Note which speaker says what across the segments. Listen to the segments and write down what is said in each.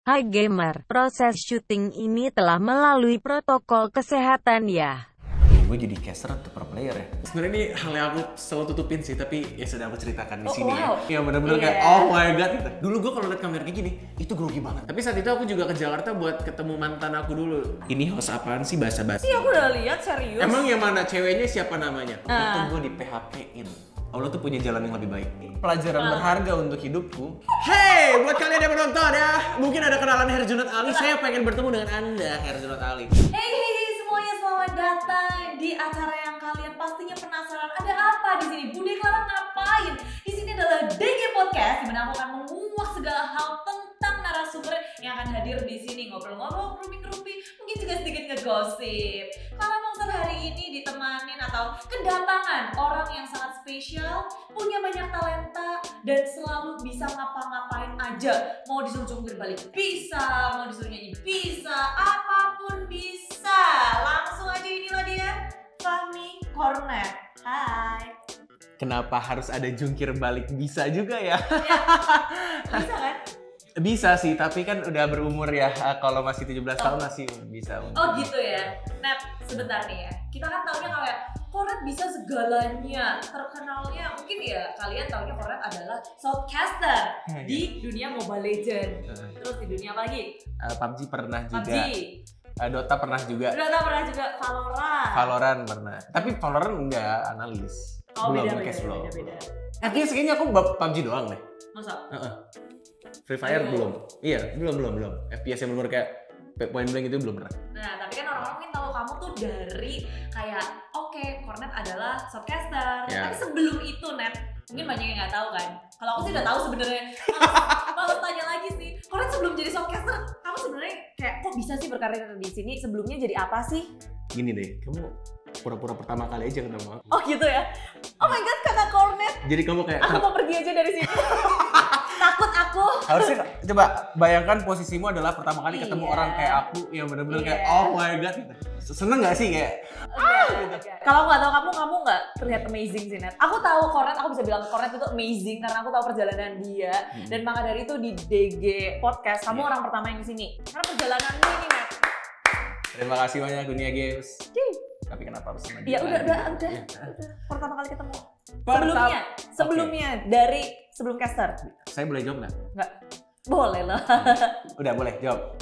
Speaker 1: Hai gamer, proses syuting ini telah melalui protokol kesehatan ya.
Speaker 2: gue jadi caster atau pro player ya
Speaker 3: Sebenarnya ini hal yang aku selalu tutupin sih, tapi ya sudah aku ceritakan di
Speaker 4: Oh,
Speaker 3: sini
Speaker 4: wow.
Speaker 3: ya. Yang benar-benar kayak
Speaker 4: Iya.
Speaker 3: oh my god. gitu. Dulu gue kalau lihat kamera kayak gini, itu grogi banget. Tapi saat itu aku juga ke Jakarta buat ketemu mantan aku dulu. Ini host apaan sih bahasa-bahasa?
Speaker 4: Iya aku udah lihat serius.
Speaker 3: Emang yang mana ceweknya siapa namanya? Waktu
Speaker 4: Ah.
Speaker 3: gue di PHP-in. Allah tuh punya jalan yang lebih baik. Pelajaran
Speaker 4: Ah.
Speaker 3: berharga untuk hidupku. Hey, buat kalian yang menonton ya, mungkin ada kenalan Herjunot Ali.
Speaker 4: Iya.
Speaker 3: Saya pengen bertemu dengan Anda, Herjunot Ali.
Speaker 4: Hey, hey, hey, semuanya selamat datang di acara yang kalian pastinya penasaran ada apa di sini. Budi Clara ngapain? Di sini adalah DG Podcast di mana aku akan menguak segala hal tentang narasumber yang akan hadir di sini ngobrol-ngobrol, rumpi-rumpi, mungkin juga sedikit ngegosip. Kalau Monster hari ini ditemanin atau kedatangan orang yang sangat spesial, punya banyak talenta dan selalu bisa ngapa-ngapain aja. Mau disuruh jungkir balik bisa, mau disuruh nyanyi bisa, apapun bisa. Langsung aja inilah dia, Fahmi Cornet. Hai.
Speaker 3: Kenapa harus ada jungkir balik? Bisa juga ya.
Speaker 4: Bisa kan?
Speaker 3: Bisa sih, tapi kan udah berumur ya. Kalau masih 17 tahun masih bisa.
Speaker 4: Oh gitu ya. Nat, sebentar nih ya. Kita kan taunya kayak Cornet bisa segalanya. Terkenalnya mungkin ya kalian taunya Cornet adalah Southcaster
Speaker 3: Iya.
Speaker 4: di dunia Mobile Legend.
Speaker 3: Heeh.
Speaker 4: Terus di dunia apa lagi?
Speaker 3: Eh, PUBG pernah juga.
Speaker 4: PUBG.
Speaker 3: Eh, Dota pernah juga.
Speaker 4: Udah tau pernah juga Valorant.
Speaker 3: Valorant pernah. Tapi Valorant enggak analis.
Speaker 4: Oh
Speaker 3: belum,
Speaker 4: beda beda,
Speaker 3: cash
Speaker 4: beda
Speaker 3: belum.
Speaker 4: beda beda.
Speaker 3: At least kayaknya aku bab- PUBG doang deh.
Speaker 4: Masa?
Speaker 3: Eh, Free Fire
Speaker 4: Iya.
Speaker 3: belum. Iya, belum belum belum. FPS yang benar kayak point blank itu belum pernah.
Speaker 4: Nah, tapi kan orang-orang mungkin tahu kamu tuh dari kayak oke, Cornet adalah shortcaster.
Speaker 3: Ya.
Speaker 4: Tapi sebelum itu, Net, mungkin banyak yang nggak tahu kan. Kalau aku sih udah tahu sebenarnya. Malah tanya lagi sih, Cornet sebelum jadi shortcaster, kamu sebenarnya kayak kok bisa sih berkarir di sini? Sebelumnya jadi apa sih?
Speaker 3: Gini deh, kamu pura-pura pertama kali aja ketemu aku.
Speaker 4: Oh gitu ya. Oh my god, kata Cornet,
Speaker 3: Jadi kamu kayak
Speaker 4: aku mau pergi aja dari sini. Takut aku.
Speaker 3: harusnya coba bayangkan posisimu adalah pertama kali ketemu
Speaker 4: Iya.
Speaker 3: orang kayak aku yang benar-benar kayak
Speaker 4: Iya.
Speaker 3: oh my god. Seneng gak sih kayak
Speaker 4: Ah! Kalau nggak tahu kamu, kamu nggak terlihat amazing sih Net. Aku tahu Cornet, aku bisa bilang Cornet itu amazing karena aku tahu perjalanan dia. Dan maka dari itu di DG Podcast, kamu
Speaker 3: Hmm. Iya.
Speaker 4: orang pertama yang di sini. Karena perjalananmu ini Net.
Speaker 3: terima kasih banyak dunia games.
Speaker 4: Cih.
Speaker 3: Tapi kenapa harus sama
Speaker 4: Ya
Speaker 3: dia
Speaker 4: udah,
Speaker 3: lagi?
Speaker 4: udah, udah,
Speaker 3: Iya.
Speaker 4: udah. Pertama kali ketemu.
Speaker 3: Pertam-
Speaker 4: Sebelumnya, sebelumnya dari sebelum caster.
Speaker 3: Saya boleh jawab nggak?
Speaker 4: Nggak. Boleh lah.
Speaker 3: Udah boleh jawab.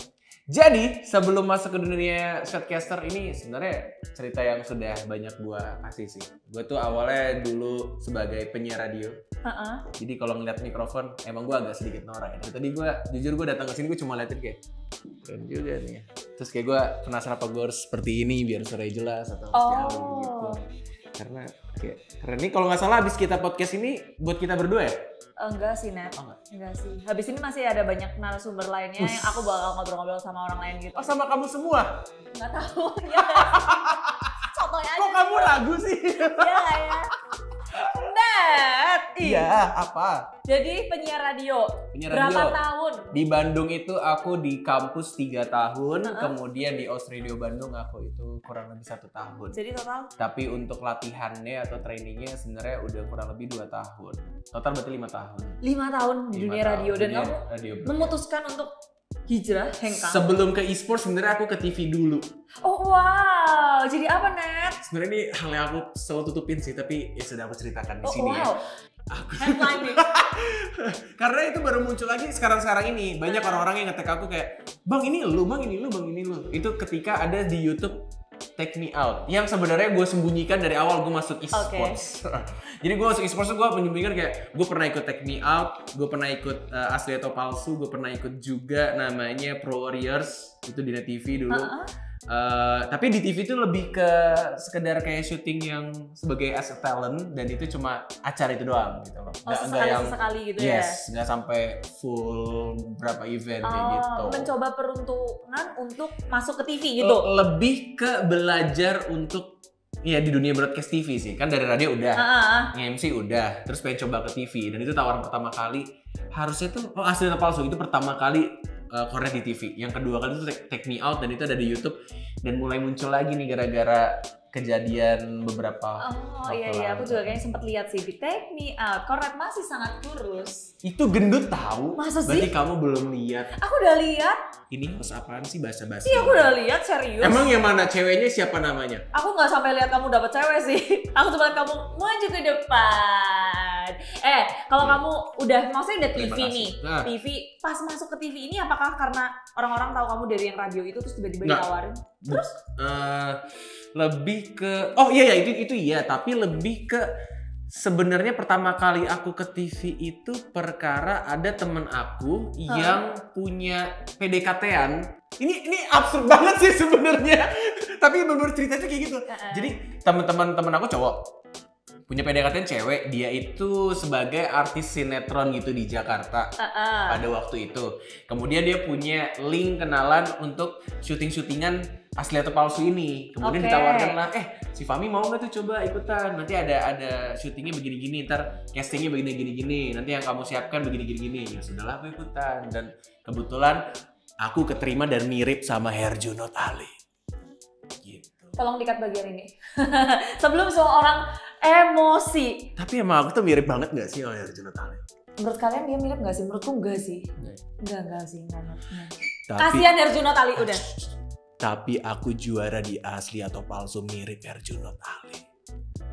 Speaker 3: Jadi sebelum masuk ke dunia shotcaster ini sebenarnya cerita yang sudah banyak gua kasih sih. Gua tuh awalnya dulu sebagai penyiar radio.
Speaker 4: Heeh.
Speaker 3: Jadi kalau ngeliat mikrofon emang gua agak sedikit norak. ya. Tadi gua jujur gua datang ke sini gua cuma liatin kayak keren juga nih. ya." Terus kayak gua penasaran apa gua harus seperti ini biar suaranya jelas atau harus
Speaker 4: Oh.
Speaker 3: jauh gitu. Karena kayak keren nih kalau nggak salah habis kita podcast ini buat kita berdua ya?
Speaker 4: Eh, Enggak sih Net.
Speaker 3: Oh, nggak?
Speaker 4: Enggak sih. Habis ini masih ada banyak narasumber lainnya yang aku bakal ngobrol-ngobrol sama orang lain gitu.
Speaker 3: Oh sama kamu semua?
Speaker 4: Nggak tahu. Ya. Sotoy aja.
Speaker 3: Kok kamu ragu sih?
Speaker 4: Iya nggak ya. Net. ih.
Speaker 3: Iya, apa?
Speaker 4: Jadi penyiar radio.
Speaker 3: Penyiar
Speaker 4: Berapa
Speaker 3: radio.
Speaker 4: tahun?
Speaker 3: Di Bandung itu aku di kampus 3 tahun,
Speaker 4: Uh-uh.
Speaker 3: kemudian di Os Radio Bandung aku itu kurang lebih satu tahun.
Speaker 4: Jadi total
Speaker 3: Tapi untuk latihannya atau trainingnya sebenarnya udah kurang lebih 2 tahun. Total berarti 5 tahun.
Speaker 4: lima tahun di
Speaker 3: Lima tahun. iya.
Speaker 4: dunia radio dan
Speaker 3: Dunia
Speaker 4: kamu
Speaker 3: radio.
Speaker 4: memutuskan untuk hijrah hengkang.
Speaker 3: Sebelum ke e-sport sebenarnya aku ke TV dulu.
Speaker 4: oh wow. Jadi apa Net?
Speaker 3: Sebenarnya ini hal yang aku selalu tutupin sih, tapi ya sudah aku ceritakan di
Speaker 4: Oh
Speaker 3: sini
Speaker 4: wow.
Speaker 3: ya.
Speaker 4: Headline nih.
Speaker 3: Karena itu baru muncul lagi sekarang-sekarang ini. Banyak orang-orang yang ngetek aku kayak, "Bang, ini lu, Bang, ini lu, Bang, ini lu." Itu ketika ada di YouTube Take Me Out yang sebenarnya gue sembunyikan dari awal gue masuk e-sports. Jadi gue masuk e-sports gue menyembunyikan kayak gue pernah ikut Take Me Out, gue pernah ikut uh, asli atau palsu, gue pernah ikut juga namanya Pro Warriors itu di Net TV dulu.
Speaker 4: Heeh.
Speaker 3: Eh, tapi di TV itu lebih ke sekedar kayak syuting yang sebagai as a talent dan itu cuma acara itu doang gitu loh.
Speaker 4: Oh
Speaker 3: Nggak- nggak
Speaker 4: sesekali sesekali gitu ya.
Speaker 3: yes, nggak sampai full berapa event kayak
Speaker 4: Oh,
Speaker 3: gitu.
Speaker 4: mencoba peruntungan untuk masuk ke TV gitu.
Speaker 3: Le- Lebih ke belajar untuk ya di dunia broadcast TV sih. Kan dari radio udah,
Speaker 4: Heeh.
Speaker 3: nge-MC udah, terus pengen coba ke TV dan itu tawaran pertama kali. Harusnya tuh oh asli atau palsu itu pertama kali uh, Korea di TV. Yang kedua kali itu take, Take me out dan itu ada di YouTube dan mulai muncul lagi nih gara-gara
Speaker 2: kejadian beberapa
Speaker 4: Oh
Speaker 2: waktu
Speaker 4: iya iya, aku
Speaker 2: lalu.
Speaker 4: juga kayaknya sempat lihat sih di Take Me Out. Koret masih sangat kurus.
Speaker 3: Itu gendut tahu.
Speaker 4: Masa sih?
Speaker 3: Berarti kamu belum lihat.
Speaker 4: Aku udah lihat,
Speaker 3: Ini host apaan sih bahasa-bahasa?
Speaker 4: sih Iya, aku udah lihat serius.
Speaker 3: Emang yang mana ceweknya siapa namanya?
Speaker 4: Aku nggak sampai lihat kamu dapat cewek sih. Aku cuma lihat kamu maju ke depan. Eh, kalau kamu udah maksudnya udah
Speaker 3: Iya. Terima
Speaker 4: TV
Speaker 3: kasih.
Speaker 4: nih.
Speaker 3: Nah.
Speaker 4: TV pas masuk ke TV ini apakah karena orang-orang tahu kamu dari yang radio itu terus tiba-tiba
Speaker 3: Nggak.
Speaker 4: ditawarin? Terus
Speaker 3: Eh, lebih ke oh iya ya itu itu iya tapi lebih ke sebenarnya pertama kali aku ke TV itu perkara ada temen aku yang punya PDKT-an ini ini absurd banget sih sebenarnya tapi menurut ceritanya kayak gitu
Speaker 4: Heeh.
Speaker 3: jadi teman-teman teman aku cowok punya PDKT cewek dia itu sebagai artis sinetron gitu di Jakarta
Speaker 4: Heeh.
Speaker 3: pada waktu itu. Kemudian dia punya link kenalan untuk syuting-syutingan asli atau palsu ini. Kemudian
Speaker 4: Oke.
Speaker 3: ditawarkanlah, eh si Fami mau nggak tuh coba ikutan? Nanti ada ada syutingnya begini-gini, ntar castingnya begini-gini, nanti yang kamu siapkan begini-gini. Ya sudahlah aku ikutan dan kebetulan aku keterima dan mirip sama Herjunot Ali. Gitu.
Speaker 4: tolong dikat bagian ini. Sebelum semua orang emosi.
Speaker 3: Tapi emang aku tuh mirip banget nggak sih sama Herjunot Ali?
Speaker 4: Menurut kalian dia mirip nggak sih? Menurutku enggak sih.
Speaker 3: Nggak.
Speaker 4: Enggak enggak sih. Enggak, enggak.
Speaker 3: Tapi,
Speaker 4: Kasihan Herjunot Ali udah.
Speaker 3: tapi aku juara di asli atau palsu mirip Herjunot Ali.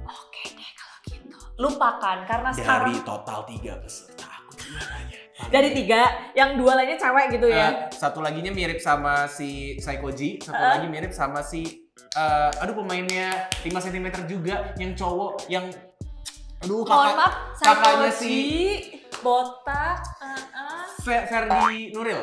Speaker 4: Oke deh kalau gitu. Lupakan karena
Speaker 3: dari
Speaker 4: sekarang
Speaker 3: total tiga peserta aku juaranya.
Speaker 4: dari tiga yang dua lainnya cewek gitu ya.
Speaker 3: Eh, satu laginya mirip sama si Psychoji, satu
Speaker 4: Eh.
Speaker 3: lagi mirip sama si eh, aduh pemainnya 5 cm juga yang cowok yang aduh
Speaker 4: Mohon
Speaker 3: kakak
Speaker 4: maaf,
Speaker 3: kakaknya
Speaker 4: psikologi, botak, eh, eh.
Speaker 3: Fe- Ferdi Nuril.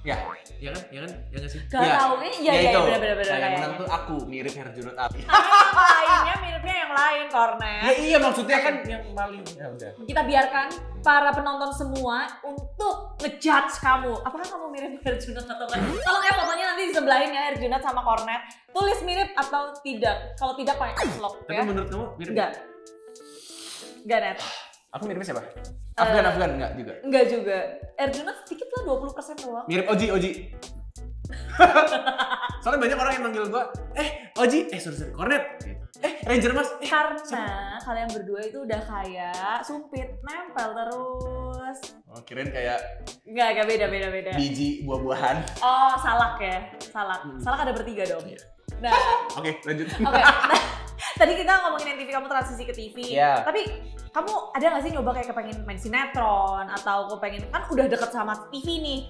Speaker 3: Ya, ya kan? Ya kan? Ya nggak sih?
Speaker 4: Gak tau, iya, iya, iya,
Speaker 3: itu.
Speaker 4: benar-benar,
Speaker 3: Nah, yang
Speaker 4: kayaknya.
Speaker 3: menang tuh aku mirip Herjunot Ali.
Speaker 4: Yang lainnya miripnya yang lain,
Speaker 3: ya
Speaker 4: Kornet.
Speaker 3: iya maksudnya kan yang paling ya udah.
Speaker 4: Kita biarkan para penonton semua untuk ngejudge kamu. Apakah kamu mirip Herjunot atau enggak? Tolong ya fotonya nanti disebelahin ya Herjunot sama Kornet. Tulis mirip atau tidak. Kalau tidak pakai vlog
Speaker 3: Tapi
Speaker 4: ya.
Speaker 3: menurut kamu mirip?
Speaker 4: Enggak. Enggak, Net.
Speaker 3: Aku miripnya siapa? Afgan, Afgan enggak juga.
Speaker 4: Enggak juga. Herjunot sedikit lah 20% doang.
Speaker 3: Mirip Oji, Oji. Soalnya banyak orang yang manggil gua, eh Oji, eh sorry sorry, Cornet, eh Ranger Mas, eh
Speaker 4: Karena kalian berdua itu udah kayak sumpit, nempel terus.
Speaker 3: Oh, kirain kayak
Speaker 4: Enggak, enggak beda, beda, beda.
Speaker 3: biji buah-buahan.
Speaker 4: Oh, salak ya, salak. Salak ada bertiga dong.
Speaker 3: Hmm. Iya.
Speaker 4: Nah,
Speaker 3: Oke, lanjut.
Speaker 4: oke. Nah, tadi kita ngomongin yang TV kamu transisi ke TV.
Speaker 3: Iya.
Speaker 4: Tapi kamu ada nggak sih nyoba kayak kepengen main sinetron atau kepengen kan udah deket sama TV nih.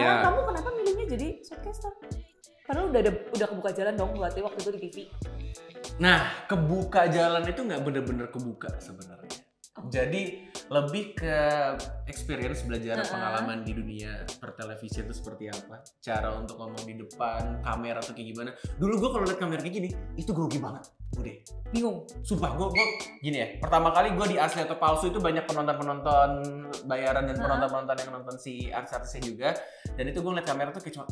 Speaker 4: Malah
Speaker 3: Iya.
Speaker 4: kamu kenapa milihnya jadi shortcaster? Padahal udah ada, udah kebuka jalan dong berarti waktu itu di TV.
Speaker 3: Nah, kebuka jalan itu nggak bener-bener kebuka sebenarnya. Jadi lebih ke experience belajar
Speaker 4: Heeh.
Speaker 3: pengalaman di dunia pertelevisian itu seperti apa, cara untuk ngomong di depan kamera tuh kayak gimana. Dulu gua kalau lihat kamera kayak gini, itu grogi banget. Udah,
Speaker 4: Bingung.
Speaker 3: Sumpah gue gini ya. Pertama kali gue di asli atau palsu itu banyak penonton-penonton bayaran dan
Speaker 4: Hah?
Speaker 3: penonton-penonton yang nonton si artis-artisnya juga. Dan itu gue ngeliat kamera tuh kayak cuma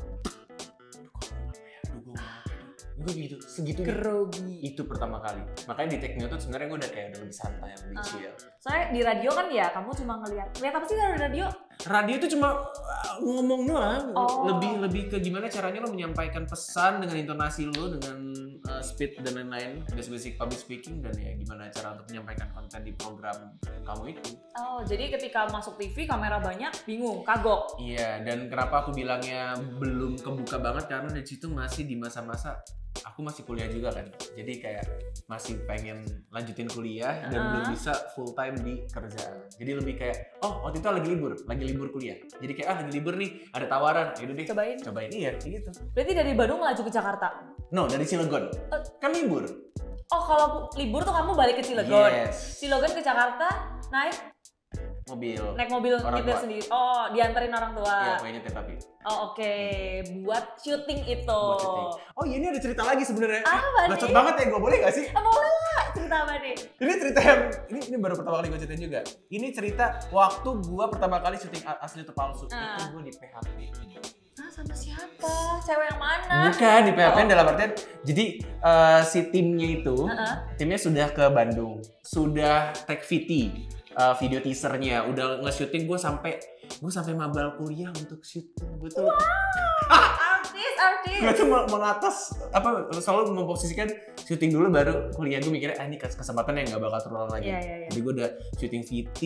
Speaker 3: gue gitu segitu
Speaker 4: Grogi.
Speaker 3: itu pertama kali makanya di teknik itu sebenarnya gue udah kayak udah lebih santai lebih
Speaker 4: Ah.
Speaker 3: chill
Speaker 4: Soalnya di radio kan ya kamu cuma ngelihat. Lihat apa sih kalau di radio?
Speaker 3: radio itu cuma uh, ngomong doang
Speaker 4: Oh.
Speaker 3: lebih lebih ke gimana caranya lo menyampaikan pesan dengan intonasi lo dengan uh, speed dan lain-lain basic public speaking dan ya gimana cara untuk menyampaikan konten di program kamu itu
Speaker 4: Oh, jadi ketika masuk TV kamera banyak, bingung, kagok.
Speaker 3: Iya, dan kenapa aku bilangnya belum kebuka banget karena di situ masih di masa-masa aku masih kuliah juga kan. Jadi kayak masih pengen lanjutin kuliah dan
Speaker 4: Uh-uh.
Speaker 3: belum bisa full time di kerjaan. Jadi lebih kayak oh waktu itu lagi libur, lagi libur kuliah. Jadi kayak ah lagi libur nih, ada tawaran, ya udah deh
Speaker 4: Cobain.
Speaker 3: cobain. Iya, kayak gitu.
Speaker 4: Berarti dari Bandung melaju ke Jakarta.
Speaker 3: No, dari Cilegon.
Speaker 4: Eh.
Speaker 3: Kan libur.
Speaker 4: Oh, kalau bu- libur tuh kamu balik ke Cilegon.
Speaker 3: Yes.
Speaker 4: Cilegon ke Jakarta, naik
Speaker 3: Mobil.
Speaker 4: naik mobil
Speaker 3: Orang
Speaker 4: nyetir
Speaker 3: tua.
Speaker 4: sendiri. Oh, dianterin orang tua.
Speaker 3: Iya, pokoknya nyetir tapi.
Speaker 4: Oh, oke. Buat syuting itu.
Speaker 3: Buat syuting. Oh iya ini ada cerita lagi sebenarnya. Eh,
Speaker 4: Apa nih?
Speaker 3: Bacot banget ya, gue boleh gak sih?
Speaker 4: Ah, boleh lah cerita apa nih?
Speaker 3: ini cerita yang ini, ini baru pertama kali gue ceritain juga ini cerita waktu gua pertama kali syuting a- asli atau palsu
Speaker 4: Ah.
Speaker 3: itu gue di PHP
Speaker 4: Ah, sama siapa? Cewek yang mana?
Speaker 3: bukan di PHP
Speaker 4: Oh.
Speaker 3: dalam artian jadi eh, si timnya itu
Speaker 4: Heeh.
Speaker 3: timnya sudah ke Bandung sudah take VT eh, video teasernya udah nge-syuting gue sampai gue sampai mabal kuliah untuk syuting gue tuh
Speaker 4: artis, artis.
Speaker 3: gue tuh mau, mau atas apa selalu memposisikan syuting dulu baru kuliah gue mikirnya ah ini kes- kesempatan yang nggak bakal terulang lagi
Speaker 4: Iya, iya, iya.
Speaker 3: jadi gue udah syuting VT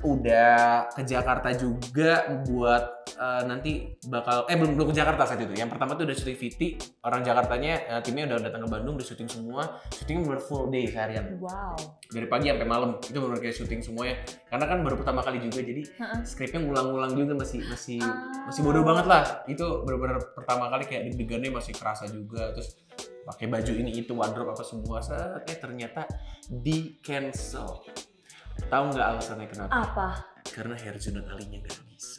Speaker 3: udah ke Jakarta juga buat eh, nanti bakal eh belum belum ke Jakarta saat itu yang pertama tuh udah syuting VT orang Jakartanya eh, timnya udah datang ke Bandung udah syuting semua syutingnya bener full day seharian
Speaker 4: Wow.
Speaker 3: dari pagi sampai malam itu bener kayak syuting semuanya karena kan baru pertama kali juga jadi
Speaker 4: Heeh.
Speaker 3: skripnya ngulang-ngulang juga masih masih
Speaker 4: Ah.
Speaker 3: masih bodoh banget lah itu benar-benar pertama kali kayak deg-degannya masih kerasa juga terus pakai baju ini itu wardrobe apa semua set, eh ternyata di cancel tahu nggak alasannya kenapa
Speaker 4: Apa?
Speaker 3: karena Herjunot Ali-nya nggak bisa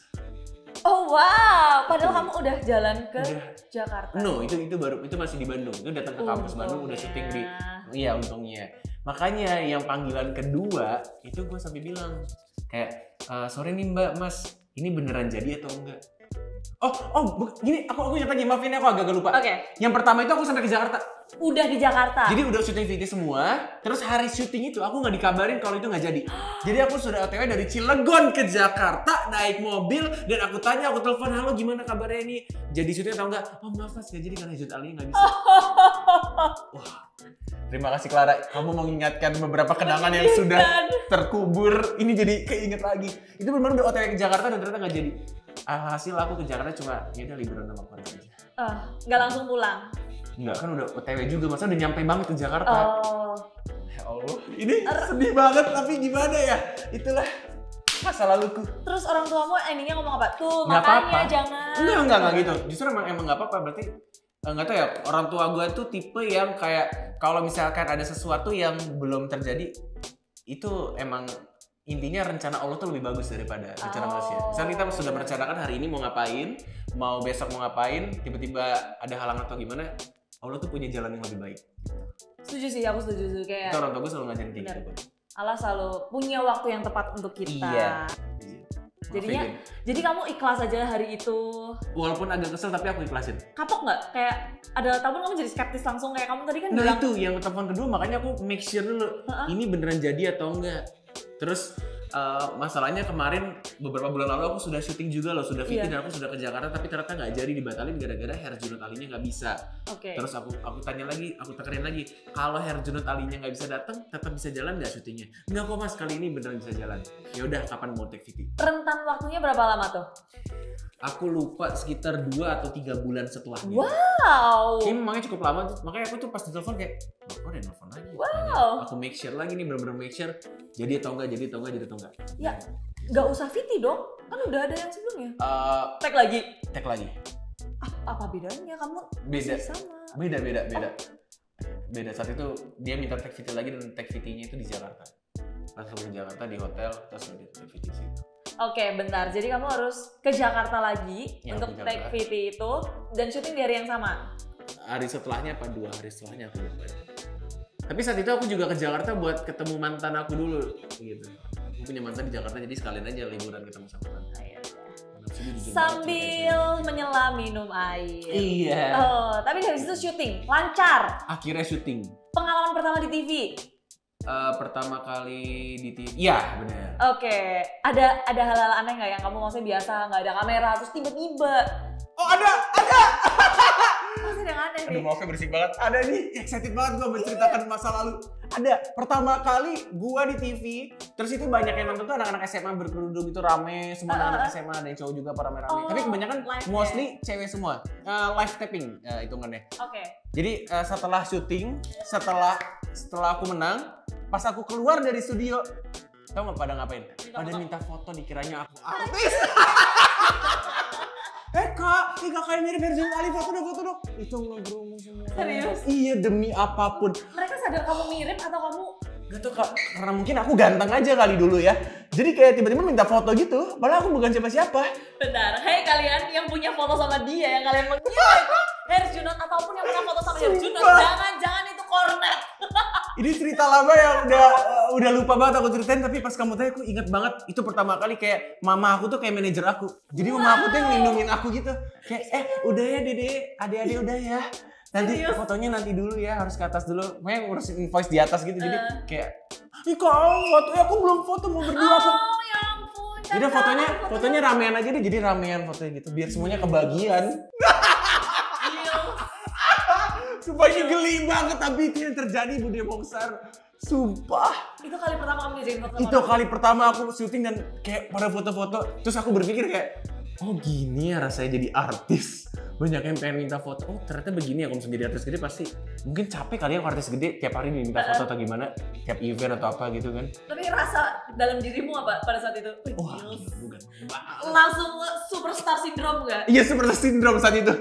Speaker 4: Oh wow, padahal kamu udah jalan ke
Speaker 3: Iya. Udah.
Speaker 4: Jakarta.
Speaker 3: no itu itu baru itu masih di Bandung itu datang ke kampus Bandung udah syuting di
Speaker 4: Untungnya.
Speaker 3: Iya untungnya. Makanya yang panggilan kedua itu gue sampai bilang kayak "Eh, sore nih Mbak Mas, ini beneran jadi atau enggak? Oh oh bu- gini aku aku cerita gini maafin aku agak agak lupa.
Speaker 4: Oke,
Speaker 3: Yang pertama itu aku sampai ke Jakarta.
Speaker 4: udah di Jakarta.
Speaker 3: Jadi udah syuting VT semua, terus hari syuting itu aku nggak dikabarin kalau itu nggak jadi. Jadi aku sudah OTW dari Cilegon ke Jakarta naik mobil dan aku tanya aku telepon halo gimana kabarnya ini jadi syuting atau enggak? Oh maaf mas nggak jadi karena syuting Ali nggak bisa. Wah terima kasih Clara, kamu mengingatkan beberapa kenangan yang sudah
Speaker 4: Dan
Speaker 3: terkubur ini jadi keinget lagi itu benar udah OTW ke Jakarta dan ternyata nggak jadi hasil aku ke Jakarta cuma ya udah liburan sama keluarga aja
Speaker 4: eh, nggak langsung pulang.
Speaker 3: Enggak kan udah OTW juga masa udah nyampe banget ke Jakarta
Speaker 4: Oh,
Speaker 3: Ya Allah, ini sedih banget tapi gimana ya? Itulah masa laluku.
Speaker 4: terus orang tuamu endingnya ngomong apa? Tuh
Speaker 3: Nggak
Speaker 4: makanya
Speaker 3: apa-apa.
Speaker 4: jangan.
Speaker 3: Enggak, enggak, enggak gitu. Justru emang emang nggak apa-apa. Berarti eh, nggak tahu ya. Orang tua gue tuh tipe yang kayak kalau misalkan ada sesuatu yang belum terjadi itu emang intinya rencana Allah tuh lebih bagus daripada rencana
Speaker 4: Oh.
Speaker 3: manusia. Misalnya kita sudah merencanakan hari ini mau ngapain, mau besok mau ngapain, tiba-tiba ada halangan atau gimana, Allah tuh punya jalan yang lebih baik.
Speaker 4: Setuju sih, aku setuju sih
Speaker 3: Itu
Speaker 4: kayak
Speaker 3: orang tua gue selalu ngajarin kayak
Speaker 4: Iya. Benar.
Speaker 3: gitu. Bang.
Speaker 4: Allah selalu punya waktu yang tepat untuk kita.
Speaker 3: Iya. Maafin
Speaker 4: Jadinya-
Speaker 3: deh.
Speaker 4: Jadi kamu ikhlas aja hari itu.
Speaker 3: walaupun agak kesel tapi aku ikhlasin.
Speaker 4: kapok nggak kayak ada telepon kamu jadi skeptis langsung kayak kamu tadi kan
Speaker 3: Nah
Speaker 4: bilang
Speaker 3: itu yang telepon kedua makanya aku make sure dulu
Speaker 4: Heeh.
Speaker 3: ini beneran jadi atau enggak. Terus eh, masalahnya kemarin beberapa bulan lalu aku sudah syuting juga loh, sudah
Speaker 4: Iya.
Speaker 3: fitting dan aku sudah ke Jakarta tapi ternyata nggak jadi dibatalin gara-gara Herjunot Alinya nggak bisa.
Speaker 4: oke
Speaker 3: Terus aku aku tanya lagi, aku tekerin lagi, kalau Herjunot Alinya nggak bisa datang, tetap bisa jalan nggak syutingnya? Nggak kok mas, kali ini beneran bisa jalan. Ya udah kapan mau take fitting?
Speaker 4: rentan waktunya berapa lama tuh
Speaker 3: Aku lupa sekitar 2 atau tiga bulan setelahnya.
Speaker 4: wow
Speaker 3: Ini memangnya cukup lama, terus- makanya aku tuh pas ditelepon kayak, "Loh, kok ada yang nelfon lagi? ya?" Tanya.
Speaker 4: Wow.
Speaker 3: Aku make sure lagi nih, bener-bener make sure jadi atau enggak, jadi atau enggak, jadi atau enggak.
Speaker 4: Ya. nggak usah fiti dong kan udah ada yang sebelumnya
Speaker 3: Eh,
Speaker 4: tag lagi
Speaker 3: tag lagi.
Speaker 4: ah, apa bedanya kamu
Speaker 3: Beda,
Speaker 4: masih sama
Speaker 3: beda, beda, beda.
Speaker 4: Oh.
Speaker 3: Beda, saat itu dia minta tag VT lagi dan tag VT-nya itu di Jakarta. Pas aku ke Jakarta di hotel, terus udah di tag VT di situ.
Speaker 4: oke bentar jadi kamu harus ke Jakarta lagi
Speaker 3: Ya,
Speaker 4: untuk
Speaker 3: ke
Speaker 4: tag
Speaker 3: Jakarta.
Speaker 4: fiti itu dan syuting di hari yang sama
Speaker 3: Hari setelahnya apa dua hari setelahnya aku lupa. Tapi saat itu aku juga ke Jakarta buat ketemu mantan aku dulu, gitu. Aku punya mantan di Jakarta, jadi sekalian aja liburan ketemu sama mantan. Nafsu dia jujur banget ceritanya.
Speaker 4: sambil menyelam minum air
Speaker 3: Iya.
Speaker 4: oh tapi dari situ syuting lancar
Speaker 3: Akhirnya syuting.
Speaker 4: pengalaman pertama di TV
Speaker 3: Eh, pertama kali di TV. Iya, benar.
Speaker 4: Oke, ada ada hal-hal aneh nggak yang kamu maksudnya biasa nggak ada kamera terus tiba-tiba
Speaker 3: Oh, ada, ada.
Speaker 4: pasti ada yang aneh
Speaker 3: Aduh,
Speaker 4: deh.
Speaker 3: maafnya berisik banget. Ada nih, excited banget gue menceritakan masa lalu. Ada, pertama kali gua di TV, terus itu banyak yang nonton tuh anak-anak SMA berkerudung itu rame, semua anak-anak SMA ada yang cowok juga para rame-rame.
Speaker 4: Oh,
Speaker 3: Tapi kebanyakan
Speaker 4: live
Speaker 3: mostly cewek semua. Eh, live tapping eh, hitungannya.
Speaker 4: Oke,
Speaker 3: Jadi eh, setelah syuting, setelah setelah aku menang, pas aku keluar dari studio, tau nggak pada ngapain? pada
Speaker 4: foto.
Speaker 3: minta foto dikiranya aku artis. eh kak, ini kakaknya mirip Herjun Ali foto dong, foto dong. Itu nggak berumur semua.
Speaker 4: Serius?
Speaker 3: Iya demi apapun.
Speaker 4: mereka sadar kamu mirip atau kamu
Speaker 3: Gak tau kak, karena mungkin aku ganteng aja kali dulu ya. Jadi kayak tiba-tiba minta foto gitu, padahal aku bukan siapa-siapa.
Speaker 4: benar? Hei kalian yang punya foto sama dia yang kalian Iya, mengira itu Herjunot ataupun yang pernah foto sama Herjunot,
Speaker 3: Sumpah.
Speaker 4: jangan-jangan itu cornet.
Speaker 3: Ini cerita lama yang udah uh, udah lupa banget aku ceritain tapi pas kamu tanya aku ingat banget itu pertama kali kayak mama aku tuh kayak manajer aku. Jadi mama aku tuh yang ngelindungin aku gitu. Kayak eh udah ya Dede, adik-adik udah ya. Nanti
Speaker 4: Serius?
Speaker 3: fotonya nanti dulu ya, harus ke atas dulu. Pokoknya ngurusin invoice di atas gitu. Jadi
Speaker 4: Eh.
Speaker 3: kayak Ih kok fotonya aku belum foto mau berdua aku.
Speaker 4: Oh ya ampun.
Speaker 3: Jadi
Speaker 4: kakak,
Speaker 3: fotonya fotonya ramean aja deh jadi ramean fotonya gitu biar semuanya kebagian.
Speaker 4: Iya.
Speaker 3: Sumpah ini geli banget tapi itu yang terjadi Bu Demoksar. Sumpah.
Speaker 4: Itu kali pertama kamu ngerjain foto
Speaker 3: Itu kali pertama aku syuting dan kayak pada foto-foto terus aku berpikir kayak oh gini ya rasanya jadi artis. Banyak yang pengen minta foto. Oh ternyata begini ya kalau misalnya jadi artis gede pasti mungkin capek kali ya kalau artis gede tiap hari diminta foto atau gimana tiap event atau apa gitu kan.
Speaker 4: Tapi rasa dalam dirimu apa pada saat itu? Wih,
Speaker 3: Wah,
Speaker 4: gila.
Speaker 3: gila, bukan.
Speaker 4: Langsung superstar syndrome gak?
Speaker 3: Iya seperti sindrom saat itu.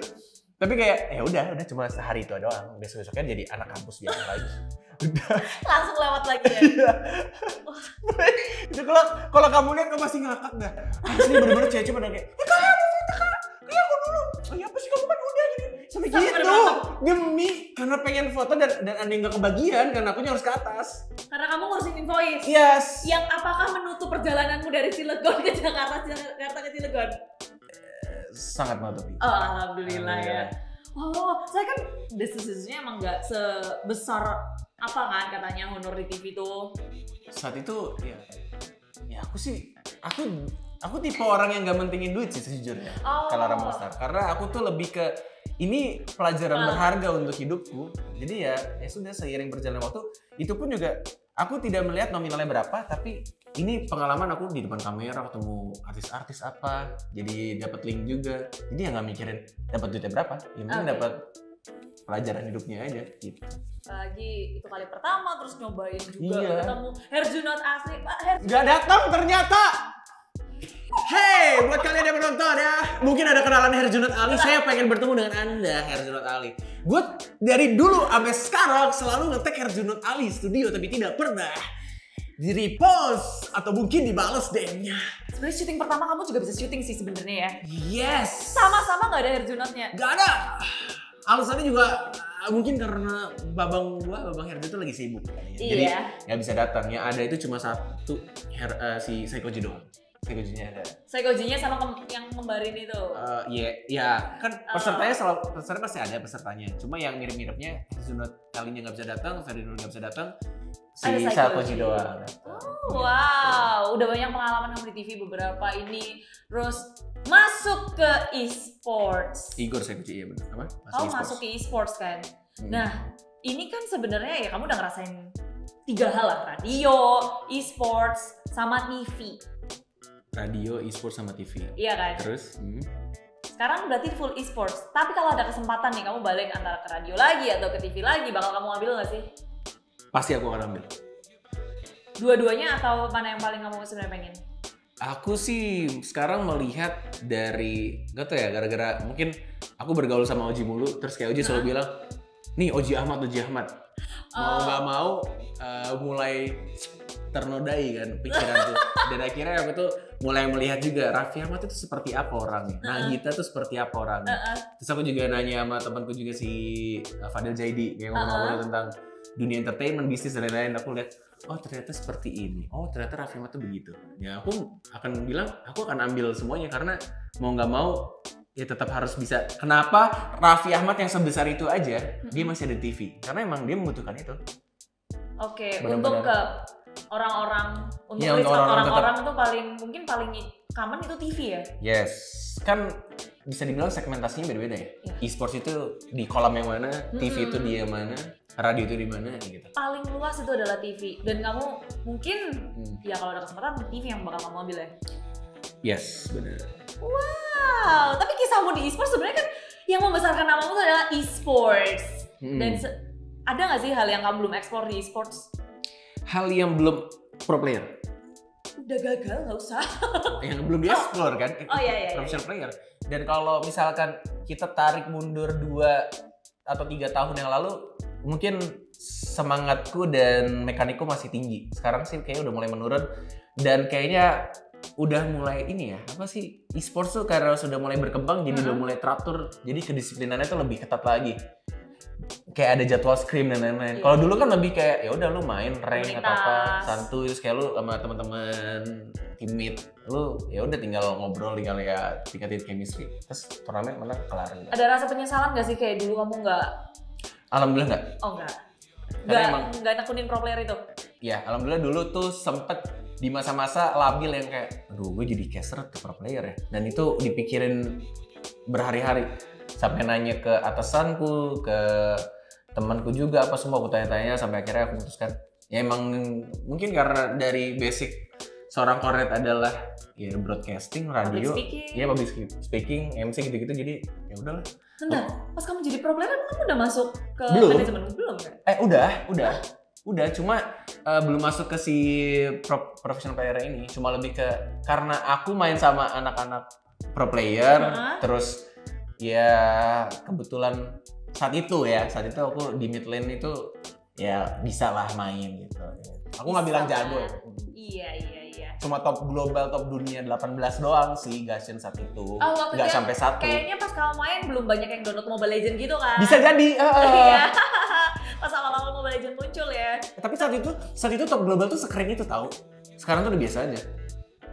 Speaker 3: Tapi kayak ya udah, udah cuma sehari itu doang. Besok besoknya jadi anak kampus biasa lagi. Udah.
Speaker 4: Langsung lewat lagi ya?
Speaker 3: itu kalau kalau kamu lihat kamu pasti ngakak dah. Asli bener-bener cewek cuma kayak, eh kak, ada foto kak, kayak aku dulu. Oh ya apa sih kamu kan udah gini. Sampai
Speaker 4: Sampai
Speaker 3: gitu.
Speaker 4: berantem.
Speaker 3: Demi karena pengen foto dan dan ada yang gak kebagian karena aku harus ke atas.
Speaker 4: Karena kamu ngurusin invoice
Speaker 3: Yes.
Speaker 4: yang apakah menutup perjalananmu dari Cilegon ke Jakarta, Jakarta ke Cilegon?
Speaker 3: Sangat menutupi.
Speaker 4: Oh, alhamdulillah ya. Oh, saya kan bisnisnya emang nggak sebesar apa kan katanya honor di TV tuh.
Speaker 3: Saat itu ya ya aku sih aku aku tipe orang yang gak mentingin duit sih sejujurnya.
Speaker 4: Oh.
Speaker 3: kalau orang besar karena aku tuh lebih ke ini pelajaran
Speaker 4: Ah.
Speaker 3: berharga untuk hidupku jadi ya ya sudah seiring berjalannya waktu itu pun juga aku tidak melihat nominalnya berapa tapi ini pengalaman aku di depan kamera ketemu artis-artis apa jadi dapat link juga jadi ya nggak mikirin dapat duitnya berapa yang penting
Speaker 4: Oke.
Speaker 3: dapat pelajaran hidupnya aja gitu
Speaker 4: Lagi itu kali pertama terus nyobain juga
Speaker 3: Iya.
Speaker 4: ketemu Herjunot asli. Ah, Pak Herjunot.
Speaker 3: nggak datang ternyata Hey, buat kalian yang menonton ya, mungkin ada kenalan Herjunot Ali. Saya pengen bertemu dengan anda, Herjunot Ali. Gue dari dulu sampai sekarang selalu ngetek Herjunot Ali studio, tapi tidak pernah di repost atau mungkin dibales DM-nya.
Speaker 4: Sebenarnya syuting pertama kamu juga bisa syuting sih sebenarnya ya.
Speaker 3: Yes,
Speaker 4: Sama-sama nggak ada Herjunotnya.
Speaker 3: Gak ada. Alasannya juga ah, mungkin karena babang gua, babang Herdi itu lagi sibuk. kali ya. Jadi
Speaker 4: Iya.
Speaker 3: nggak bisa datang. Yang ada itu cuma satu her, eh, si Saikoji doang. Saikojinya ada.
Speaker 4: Saya gojinya sama kem- yang kembarin itu.
Speaker 3: Eh, Iya, ya kan pesertanya selalu peserta pasti ada pesertanya. Cuma yang mirip-miripnya Zunot kalinya nggak bisa datang, Ferdinand nggak bisa datang,
Speaker 4: Ada
Speaker 3: si
Speaker 4: Saikoji.
Speaker 3: Saikoji doang.
Speaker 4: Oh, Wow, udah banyak pengalaman kamu di TV beberapa ini. Terus masuk ke e-sports.
Speaker 3: Igor Saikoji iya benar. Apa?
Speaker 4: Kamu masuk ke e-sports kan?
Speaker 3: Hmm.
Speaker 4: Oh, Nah, ini kan sebenarnya ya kamu udah ngerasain tiga hal lah, radio, e-sports, sama TV,
Speaker 3: radio, e-sport sama TV.
Speaker 4: iya kan?
Speaker 3: Terus hmm.
Speaker 4: Sekarang berarti full e-sports. Tapi kalau ada kesempatan nih kamu balik antara ke radio lagi atau ke TV lagi, bakal kamu ambil nggak sih?
Speaker 3: pasti aku akan ambil.
Speaker 4: Dua-duanya atau mana yang paling kamu sebenarnya pengen?
Speaker 3: Aku sih sekarang melihat dari gak tau ya gara-gara mungkin aku bergaul sama Oji mulu terus kayak Oji selalu bilang nih Oji Ahmad Oji Ahmad mau
Speaker 4: Oh.
Speaker 3: nggak mau eh, mulai ternodai kan pikiran tuh dan akhirnya aku tuh mulai melihat juga Raffi Ahmad itu seperti apa orangnya nah Gita tuh seperti apa orangnya
Speaker 4: Heeh.
Speaker 3: terus aku juga nanya sama temanku juga si eh, Fadil Jaidi yang ngobrol-ngobrol tentang dunia entertainment bisnis dan lain-lain aku lihat oh ternyata seperti ini oh ternyata Raffi Ahmad tuh begitu ya aku akan bilang aku akan ambil semuanya karena mau nggak mau ya tetap harus bisa kenapa Raffi Ahmad yang sebesar itu aja dia masih ada di TV karena emang dia membutuhkan itu
Speaker 4: Oke,
Speaker 3: Benar-benar.
Speaker 4: untuk ke orang-orang untuk
Speaker 3: Iya,
Speaker 4: list
Speaker 3: untuk orang-orang
Speaker 4: orang-orang itu paling mungkin paling common itu TV ya.
Speaker 3: yes kan bisa dibilang segmentasinya beda-beda ya
Speaker 4: Iya.
Speaker 3: e-sports itu di kolam yang mana TV itu
Speaker 4: Mm-mm.
Speaker 3: di yang mana radio itu di mana gitu
Speaker 4: Paling luas itu adalah TV dan kamu mungkin
Speaker 3: Hmm.
Speaker 4: ya kalau ada kesempatan TV yang bakal kamu ambil ya.
Speaker 3: yes benar
Speaker 4: Wow, tapi kisahmu di e-sports sebenarnya kan yang membesarkan namamu itu adalah e-sports.
Speaker 3: Mm.
Speaker 4: Dan se- ada nggak sih hal yang kamu belum explore di e-sports?
Speaker 3: hal yang belum pro player
Speaker 4: Udah gagal, nggak usah.
Speaker 3: yang belum dieksplor kan
Speaker 4: Oh, iya, iya, iya.
Speaker 3: professional player dan kalau misalkan kita tarik mundur dua atau tiga tahun yang lalu mungkin semangatku dan mekanikku masih tinggi sekarang sih kayaknya udah mulai menurun dan kayaknya udah mulai ini ya apa sih e-sports tuh karena sudah mulai berkembang jadi
Speaker 4: Mhm.
Speaker 3: udah mulai teratur jadi kedisiplinannya tuh lebih ketat lagi kayak ada jadwal scrim dan lain-lain.
Speaker 4: Iya.
Speaker 3: Kalau dulu kan lebih kayak ya udah lu main rank atau apa,
Speaker 4: Komunitas.
Speaker 3: santuy terus kayak lu sama teman-teman timit lu ya udah tinggal ngobrol tinggal ya tingkatin chemistry terus turnamen menang kelar gitu.
Speaker 4: Ada rasa penyesalan nggak sih kayak dulu kamu nggak?
Speaker 3: alhamdulillah nggak
Speaker 4: Oh nggak.
Speaker 3: Karena
Speaker 4: Nggak
Speaker 3: emang-
Speaker 4: nggak nekunin pro player itu.
Speaker 3: ya alhamdulillah dulu tuh sempet di masa-masa labil yang kayak aduh gue jadi caster atau pro player ya dan itu dipikirin berhari-hari sampai nanya ke atasanku ke temanku juga apa semua aku tanya-tanya sampai akhirnya aku memutuskan ya emang mungkin karena dari basic seorang kornet adalah ya broadcasting radio
Speaker 4: Public speaking.
Speaker 3: ya public speak- speaking MC gitu-gitu jadi ya udahlah
Speaker 4: Bentar, pas kamu jadi probleman kamu udah masuk ke
Speaker 3: Belum.
Speaker 4: manajemen belum kan?
Speaker 3: eh udah udah udah cuma eh, belum masuk ke si pro- professional player ini cuma lebih ke karena aku main sama anak-anak pro player
Speaker 4: Heeh.
Speaker 3: terus ya kebetulan saat itu ya saat itu aku di mid lane itu ya bisa lah main gitu aku nggak
Speaker 4: Bisa
Speaker 3: bilang
Speaker 4: lah.
Speaker 3: jago ya
Speaker 4: Iya iya iya.
Speaker 3: cuma top global top dunia 18 doang sih Gashen saat itu
Speaker 4: Oh, waktu
Speaker 3: nggak
Speaker 4: itu
Speaker 3: sampai satu
Speaker 4: Kayaknya pas kamu main belum banyak yang download Mobile Legend gitu kan?
Speaker 3: bisa jadi eh, eh.
Speaker 4: Iya. pas awal-awal Mobile Legend muncul ya.
Speaker 3: tapi saat itu saat itu top global tuh sekeren itu tahu sekarang tuh udah biasa aja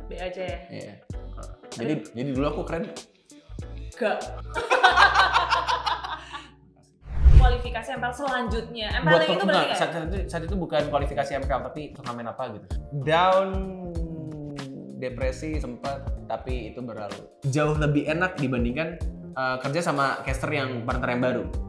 Speaker 4: B aja ya.
Speaker 3: Iya. Jadi jadi dulu aku keren.
Speaker 4: Gak. Kualifikasi MPL selanjutnya. MPL yang itu berarti
Speaker 3: enggak,
Speaker 4: nggak?
Speaker 3: saat, saat itu saat itu bukan kualifikasi MPL tapi turnamen apa gitu. Down depresi sempat eh, tapi itu berlalu. Jauh lebih enak dibandingkan uh, kerja sama caster yang partner yang baru.